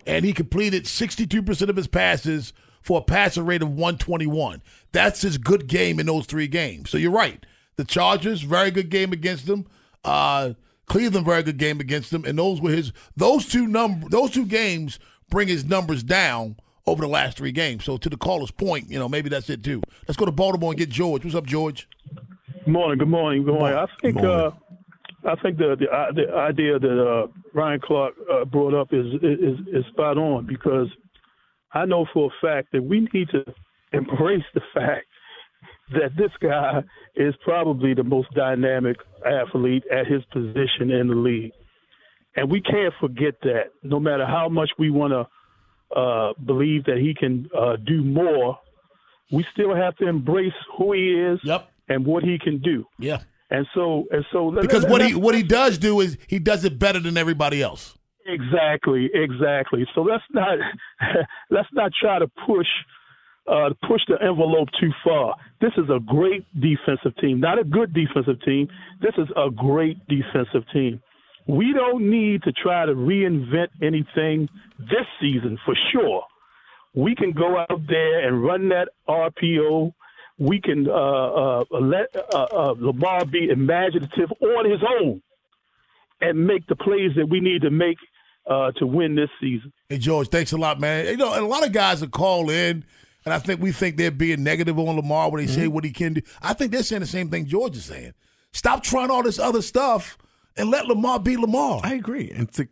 Speaker 2: And he completed 62% of his passes for a passing rate of 121. That's his good game in those three games. So you're right. The Chargers, very good game against them. Uh, Cleveland, very good game against them. And those were his those two number those two games bring his numbers down over the last three games. So to the caller's point, you know, maybe that's it too. Let's go to Baltimore and get George. What's up, George?
Speaker 19: Morning. Good morning. Good morning. I think uh, I think the the, i- the idea that uh, Ryan Clark uh, brought up is, is is spot on because I know for a fact that we need to embrace the fact that this guy is probably the most dynamic athlete at his position in the league, and we can't forget that. No matter how much we want to uh, believe that he can uh, do more, we still have to embrace who he is and what he can do.
Speaker 2: Yeah.
Speaker 19: And so and so let-
Speaker 2: Because
Speaker 19: let-
Speaker 2: what
Speaker 19: let-
Speaker 2: he what he does do is he does it better than everybody else.
Speaker 19: Exactly, exactly. So let's not let's not try to push uh, push the envelope too far. This is a great defensive team, not a good defensive team. This is a great defensive team. We don't need to try to reinvent anything this season for sure. We can go out there and run that RPO. We can uh, uh, let uh, uh, Lamar be imaginative on his own and make the plays that we need to make uh, to win this season.
Speaker 2: Hey George, thanks a lot, man. You know, and a lot of guys are call in, and I think we think they're being negative on Lamar when they say what he can do. I think they're saying the same thing George is saying. Stop trying all this other stuff and let Lamar be Lamar.
Speaker 6: I agree, and to,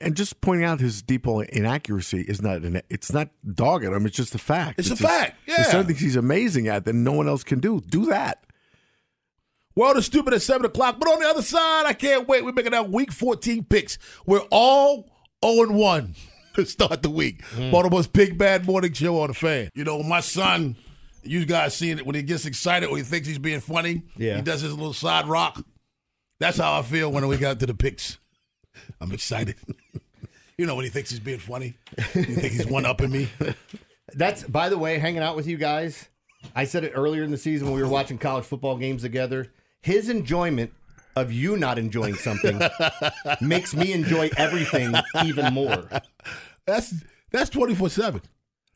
Speaker 6: and just pointing out his deep ball inaccuracy is not an, it's not dogging him. It's just a fact.
Speaker 2: It's a
Speaker 6: just-
Speaker 2: fact,
Speaker 6: There's
Speaker 2: yeah.
Speaker 6: certain things he's amazing at that no one else can do. Do that.
Speaker 2: World is stupid at 7 o'clock. But on the other side, I can't wait. We're making our week 14 picks. We're all 0 1 to start the week. Baltimore's Big Bad Morning Show on the fan. You know, my son, you guys seen it when he gets excited or he thinks he's being funny.
Speaker 3: Yeah.
Speaker 2: He does his little side rock. That's how I feel when we got to the picks. I'm excited. you know, when he thinks he's being funny, you think he's one upping me.
Speaker 3: That's by the way, hanging out with you guys. I said it earlier in the season when we were watching college football games together. His enjoyment of you not enjoying something makes me enjoy everything even more.
Speaker 2: That's that's twenty four seven.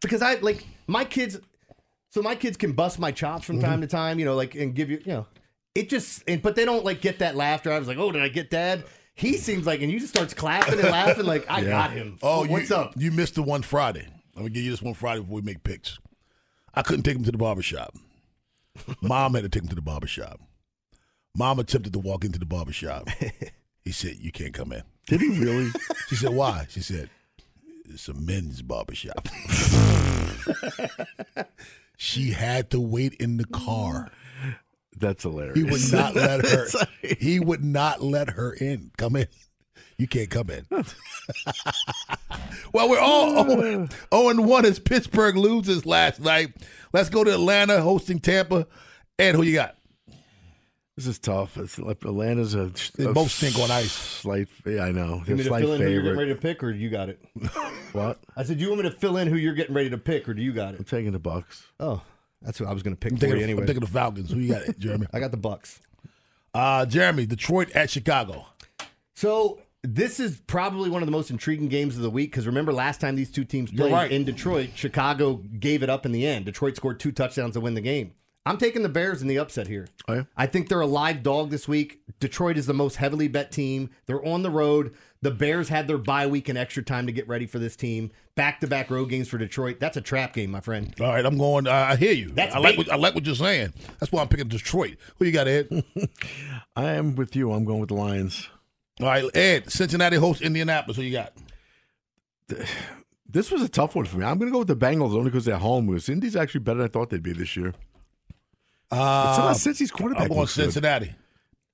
Speaker 3: Because I like my kids. So my kids can bust my chops from
Speaker 2: Mm-hmm.
Speaker 3: time to time, you know, like and give you, you know, it just. And, but they don't like get that laughter. I was like, oh, did I get that? He seems like, and you just starts clapping and laughing like I
Speaker 2: Yeah.
Speaker 3: got him.
Speaker 2: Oh,
Speaker 3: Oh, what's
Speaker 2: you,
Speaker 3: up?
Speaker 2: You missed the one Friday. I'm gonna give you this one Friday before we make picks. I couldn't take him to the barbershop. Mom had to take him to the barbershop. Mom attempted to walk into the barbershop. He said, You can't come in. Did he really? She said, Why? She said, It's a men's barbershop. she had to wait in the car.
Speaker 6: That's hilarious.
Speaker 2: He would not let her. He would not let her in. Come in. You can't come in. well, we're all 0 and 1 as Pittsburgh loses last night. Let's go to Atlanta hosting Tampa. And who you got?
Speaker 6: This is tough. It's like Atlanta's a,
Speaker 2: They
Speaker 6: a
Speaker 2: both stink on ice.
Speaker 6: Slight, yeah, I know.
Speaker 3: You
Speaker 6: They're
Speaker 3: want me to
Speaker 6: slight
Speaker 3: fill in who you're getting
Speaker 6: favorite.
Speaker 3: ready to pick, or you got it?
Speaker 6: What?
Speaker 3: I said, you want me to fill in who you're getting ready to pick, or do you got it? I'm
Speaker 6: taking the Bucks.
Speaker 3: Oh, that's what I was going to pick
Speaker 2: I'm
Speaker 3: for
Speaker 2: thinking
Speaker 3: you
Speaker 2: of- I'm
Speaker 3: anyway.
Speaker 2: thinking of Falcons. Who you got, Jeremy?
Speaker 3: I got the Bucks.
Speaker 2: Uh, Jeremy, Detroit at Chicago.
Speaker 3: So this is probably one of the most intriguing games of the week because remember last time these two teams
Speaker 2: You're
Speaker 3: played
Speaker 2: right.
Speaker 3: in Detroit, Chicago gave it up in the end. Detroit scored two touchdowns to win the game. I'm taking the Bears in the upset here.
Speaker 2: Oh,
Speaker 3: I think they're a live dog this week. Detroit is the most heavily bet team. They're on the road. The Bears had their bye week and extra time to get ready for this team. Back to back road games for Detroit. That's a trap game, my friend.
Speaker 2: All right, I'm going. Uh, I hear you.
Speaker 3: That's
Speaker 2: I like.
Speaker 3: bait.
Speaker 2: What, I like what you're saying. That's why I'm picking Detroit. Who you got, Ed?
Speaker 6: I am with you. I'm going with the Lions.
Speaker 2: All right, Ed. Cincinnati hosts Indianapolis. Who you got?
Speaker 6: This was a tough one for me. I'm going to go with the Bengals only because they're home. Because Indy's actually better than I thought they'd be this year.
Speaker 2: Uh,
Speaker 6: somehow Cincy's quarterback
Speaker 3: I'm going
Speaker 6: looks good.
Speaker 3: Cincinnati.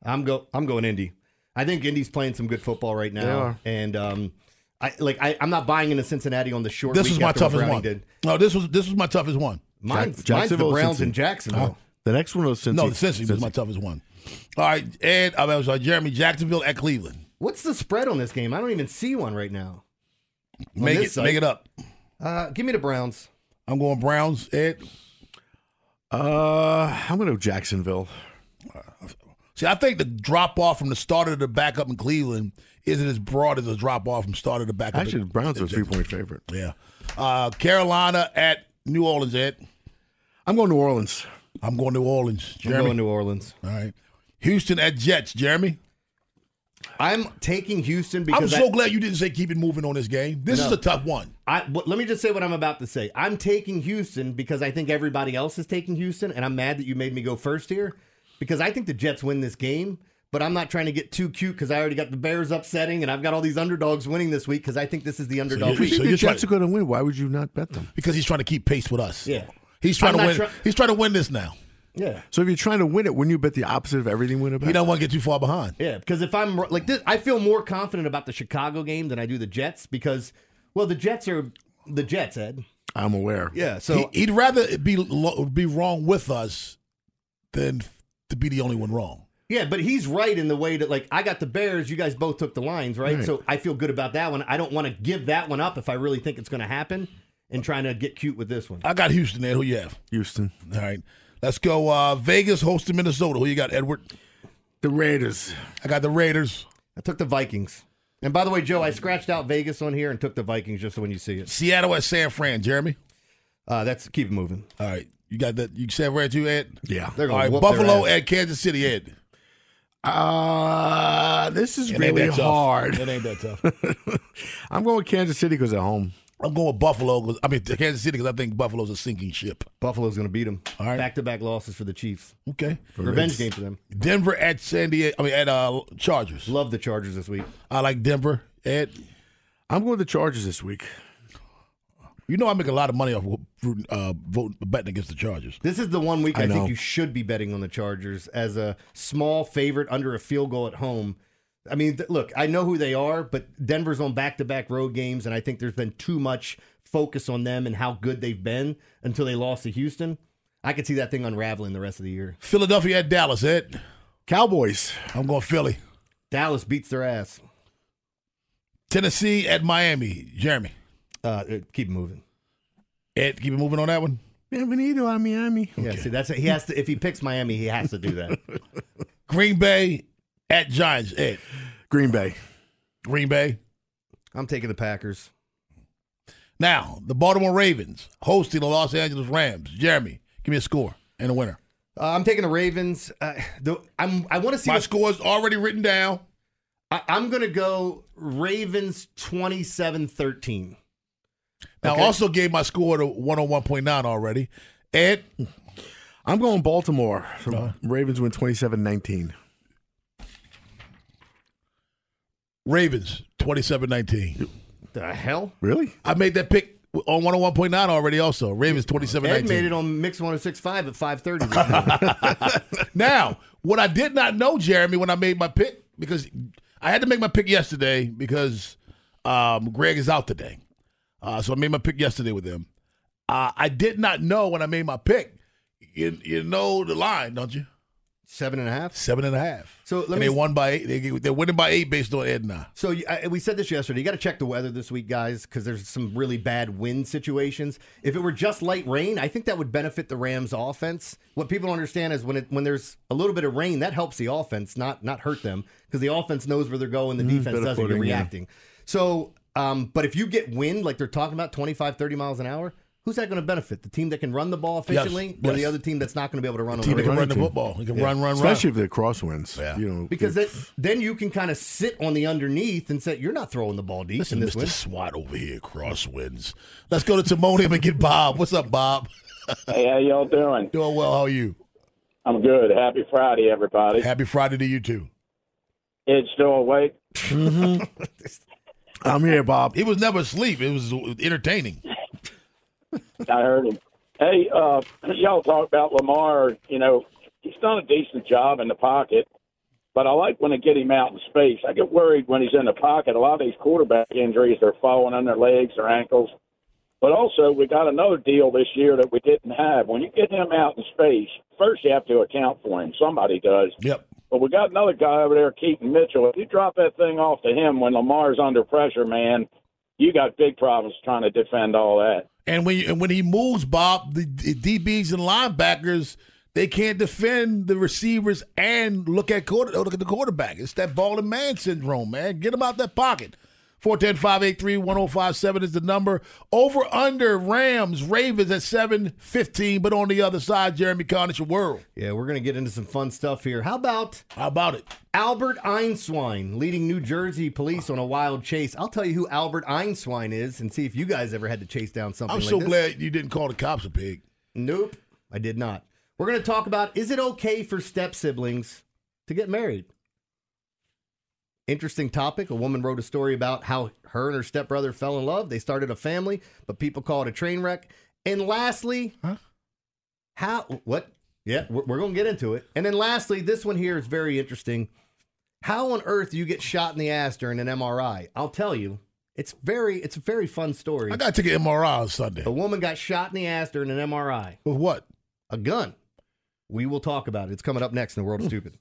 Speaker 3: I'm go. I'm going Indy. I think Indy's playing some good football right
Speaker 6: They
Speaker 3: now,
Speaker 6: are.
Speaker 3: and um, I like I, I'm not buying into Cincinnati on the short.
Speaker 2: This
Speaker 3: week
Speaker 2: was my
Speaker 3: after what
Speaker 2: toughest
Speaker 3: Browning
Speaker 2: one.
Speaker 3: Did.
Speaker 2: No, this was this was my toughest one.
Speaker 3: Mine's- mine's the Jacksonville, Browns and Cincy. Jacksonville.
Speaker 6: Uh, the next one was Cincy.
Speaker 2: No, Cincy, was my toughest one. All right, Ed. I'm sorry, Jeremy. Jacksonville at Cleveland.
Speaker 3: What's the spread on this game? I don't even see one right now. On
Speaker 2: Make
Speaker 3: this
Speaker 2: it.
Speaker 3: site.
Speaker 2: Make it up.
Speaker 3: Uh, give me the Browns.
Speaker 2: I'm going Browns. Ed.
Speaker 6: Uh, I'm going to Jacksonville.
Speaker 2: See, I think the drop off from the starter to the backup in Cleveland isn't as broad as a drop off from starter to backup.
Speaker 6: Actually,
Speaker 2: in-
Speaker 6: the Browns are a three point favorite.
Speaker 2: Yeah. Uh, Carolina at New Orleans, Ed.
Speaker 6: I'm going New Orleans.
Speaker 2: I'm going New Orleans.
Speaker 3: I'm
Speaker 2: Jeremy.
Speaker 3: going New Orleans.
Speaker 2: All right. Houston at Jets, Jeremy.
Speaker 3: I'm taking Houston
Speaker 2: I'm
Speaker 3: because
Speaker 2: so
Speaker 3: I-
Speaker 2: glad you didn't say keep it moving on this game. This
Speaker 3: No.
Speaker 2: is a tough one.
Speaker 3: uh, I, but let me just say what I'm about to say. I'm taking Houston because I think everybody else is taking Houston, and I'm mad that you made me go first here because I think the Jets win this game. But I'm not trying to get too cute because I already got the Bears upsetting, and I've got all these underdogs winning this week because I think this is the underdog
Speaker 6: If you
Speaker 3: week.
Speaker 6: think the Jets are going to win, why would you not bet them?
Speaker 2: Because he's trying to keep pace with us.
Speaker 3: Yeah.
Speaker 2: He's trying to
Speaker 3: I'm not
Speaker 2: win.
Speaker 3: try-
Speaker 2: he's trying to win this now.
Speaker 3: yeah.
Speaker 6: So if you're trying to win it, wouldn't you bet the opposite of everything win about?
Speaker 2: He don't want to get too far behind.
Speaker 3: Yeah, because if I'm like this, I feel more confident about the Chicago game than I do the Jets because, well, the Jets are the Jets, Ed.
Speaker 6: I'm aware.
Speaker 3: Yeah, so-
Speaker 2: he, would rather it be lo- be wrong with us than f- to be the only one wrong.
Speaker 3: Yeah, but he's right in the way that like I got the Bears, you guys both took the lines, right?
Speaker 2: Right.
Speaker 3: So I feel good about that one. I don't want to give that one up if I really think it's going to happen, and trying to get cute with this one.
Speaker 2: I got Houston there. Who you have?
Speaker 6: Houston.
Speaker 2: All right, let's go. Uh, Vegas hosting Minnesota. Who you got, Edward?
Speaker 6: The Raiders.
Speaker 2: I got the Raiders.
Speaker 3: I took the Vikings. And by the way, Joe, I scratched out Vegas on here and took the Vikings just so when you see it.
Speaker 2: Seattle at San Fran. Jeremy.
Speaker 3: Uh, that's keep it moving.
Speaker 2: All right, you got that. You San Fran too, Ed.
Speaker 6: Yeah.
Speaker 3: They're
Speaker 2: All
Speaker 3: gonna
Speaker 2: right,
Speaker 3: whoop their
Speaker 2: Buffalo
Speaker 3: ass.
Speaker 2: at Kansas City, Ed.
Speaker 6: Uh, this is
Speaker 2: It ain't
Speaker 6: really
Speaker 2: that tough.
Speaker 6: hard.
Speaker 2: It ain't that tough.
Speaker 6: I'm going with Kansas City because at home.
Speaker 2: I'm going with Buffalo. 'cause- I mean, Kansas City because I think Buffalo's a sinking ship.
Speaker 3: Buffalo's going to beat them.
Speaker 2: All right.
Speaker 3: Back to back losses for the Chiefs.
Speaker 2: Okay.
Speaker 3: Revenge game for them.
Speaker 2: Denver at San Diego. I mean, at uh, Chargers.
Speaker 3: Love the Chargers this week.
Speaker 2: I like Denver. Ed,
Speaker 6: I'm going with the Chargers this week.
Speaker 2: you know I make a lot of money off rooting- uh, voting, betting against the Chargers.
Speaker 3: This is the one week
Speaker 2: I
Speaker 3: I,
Speaker 2: know.
Speaker 3: think you should be betting on the Chargers as a small favorite under a field goal at home. I mean, th- look, I know who they are, but Denver's on back to back road games, and I think there's been too much focus on them and how good they've been until they lost to Houston. I could see that thing unraveling the rest of the year.
Speaker 2: Philadelphia at Dallas. Ed,
Speaker 6: Cowboys.
Speaker 2: I'm going Philly.
Speaker 3: Dallas beats their ass.
Speaker 2: Tennessee at Miami. Jeremy.
Speaker 3: Uh, uh, keep moving.
Speaker 2: Ed, keep it moving on that one.
Speaker 6: Bienvenido a Miami.
Speaker 3: Yeah, see, that's it. He has to. If he picks Miami, he has to do that.
Speaker 2: Green Bay at Giants. Ed,
Speaker 6: Green Bay.
Speaker 2: Green Bay.
Speaker 3: I'm taking the Packers.
Speaker 2: Now the Baltimore Ravens hosting the Los Angeles Rams. Jeremy, give me a score and a winner.
Speaker 3: Uh, I'm taking the Ravens. Uh, the, I'm. I want to see
Speaker 2: My
Speaker 3: what-
Speaker 2: score's already written down.
Speaker 3: I, I'm going to go Ravens 27 13.
Speaker 2: Now, I also gave my score to 101.9 already. Ed,
Speaker 6: I'm going Baltimore. So
Speaker 2: Uh-huh.
Speaker 6: Ravens win 27 19.
Speaker 2: Ravens, 27 19.
Speaker 3: The hell?
Speaker 6: Really?
Speaker 2: I made that pick on 101.9 already, also. Ravens, 27
Speaker 3: Ed
Speaker 2: 19.
Speaker 3: made it on Mix 1065 at 530. this morning.
Speaker 2: Now, what I did not know, Jeremy, when I made my pick, because I had to make my pick yesterday because um, Greg is out today. Uh, so I made my pick yesterday with him. Uh, I did not know when I made my pick. You, you know the line, don't you?
Speaker 3: Seven and a half.
Speaker 2: Seven and a half.
Speaker 3: So let
Speaker 2: and
Speaker 3: me.
Speaker 2: they won by eight. They, they're winning by eight based on Ed and I.
Speaker 3: so you- I, we said this yesterday. You got to check the weather this week, guys, because there's some really bad wind situations. If it were just light rain, I think that would benefit the Rams' offense. What people don't understand is when it when there's a little bit of rain, that helps the offense, not not hurt them, because the offense knows where they're
Speaker 2: Mm,
Speaker 3: going, the defense
Speaker 6: better
Speaker 3: doesn't. You're
Speaker 6: footing, yeah.
Speaker 3: reacting. So, um, but if you get wind like they're talking about 25, 30 miles an hour, who's that going to benefit? The team that can run the ball efficiently or the
Speaker 2: yes.
Speaker 3: other team that's not going to be able to run on
Speaker 2: Team
Speaker 3: the
Speaker 2: that can
Speaker 3: road?
Speaker 2: run the football. He can
Speaker 3: Yeah.
Speaker 2: run, run, run.
Speaker 6: Especially if they're crosswinds. Yeah. You know,
Speaker 3: Because that, then you can kind of sit on the underneath and say, you're not throwing the ball deep
Speaker 2: Listen,
Speaker 3: in
Speaker 2: Mr.
Speaker 3: this wind.
Speaker 2: SWAT over here, crosswinds. Let's go to Timonium and get Bob. What's up, Bob?
Speaker 7: Hey, how y'all doing?
Speaker 2: Doing well. How are you?
Speaker 7: I'm good. Happy Friday, everybody.
Speaker 2: Happy Friday to you too.
Speaker 7: Ed's still awake.
Speaker 2: Mm-hmm.
Speaker 6: I'm here, Bob.
Speaker 2: He was never asleep. It was entertaining.
Speaker 7: I heard him. Hey, uh, y'all talk about Lamar. You know, he's done a decent job in the pocket.
Speaker 20: But I like when they get him out in space. I get worried when he's in the pocket. A lot of these quarterback injuries, they're falling on their legs or ankles. But also, we got another deal this year that we didn't have. When you get him out in space, first you have to account for him. Somebody does.
Speaker 2: Yep.
Speaker 20: But we got another guy over there, Keaton Mitchell. If you drop that thing off to him when Lamar's under pressure, man, you got big problems trying to defend all that.
Speaker 2: And when you, and when he moves, Bob, the, the DBs and linebackers they can't defend the receivers and look at quarter, look at the quarterback. It's that ball and man syndrome, man. Get him out that pocket. 410-583-1057 is the number. Over under Rams Ravens at 7:15, but on the other side, Jeremy Conn, it's your world.
Speaker 3: Yeah, we're going to get into some fun stuff here. How about
Speaker 2: How about it?
Speaker 3: Albert Einswine leading New Jersey police on a wild chase. I'll tell you who Albert Einswine is and see if you guys ever had to chase down something
Speaker 2: I'm
Speaker 3: like
Speaker 2: so
Speaker 3: this.
Speaker 2: glad you didn't call the cops a pig.
Speaker 3: Nope, I did not. We're going to talk about is it okay for step siblings to get married? Interesting topic. A woman wrote a story about how her and her stepbrother fell in love. They started a family, but people call it a train wreck. And lastly, how, what? Yeah, we're, we're going to get into it. And then lastly, this one here is very interesting. How on earth do you get shot in the ass during an MRI? I'll tell you. It's very, it's a very fun story.
Speaker 2: I got to get MRI on Sunday.
Speaker 3: A woman got shot in the ass during an MRI.
Speaker 2: With what?
Speaker 3: A gun. We will talk about it. It's coming up next in the world of stupid.